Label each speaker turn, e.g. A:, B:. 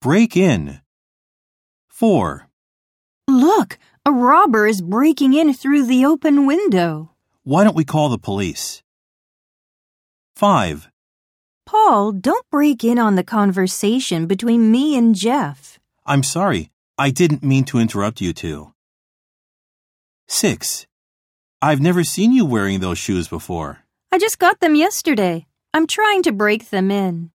A: Break in. 4.
B: Look, a robber is breaking in through the open window.
A: Why don't we call the police? 5.
B: Paul, don't break in on the conversation between me and Jeff.
A: I'm sorry, I didn't mean to interrupt you two. 6. I've never seen you wearing those shoes before.
B: I just got them yesterday. I'm trying to break them in.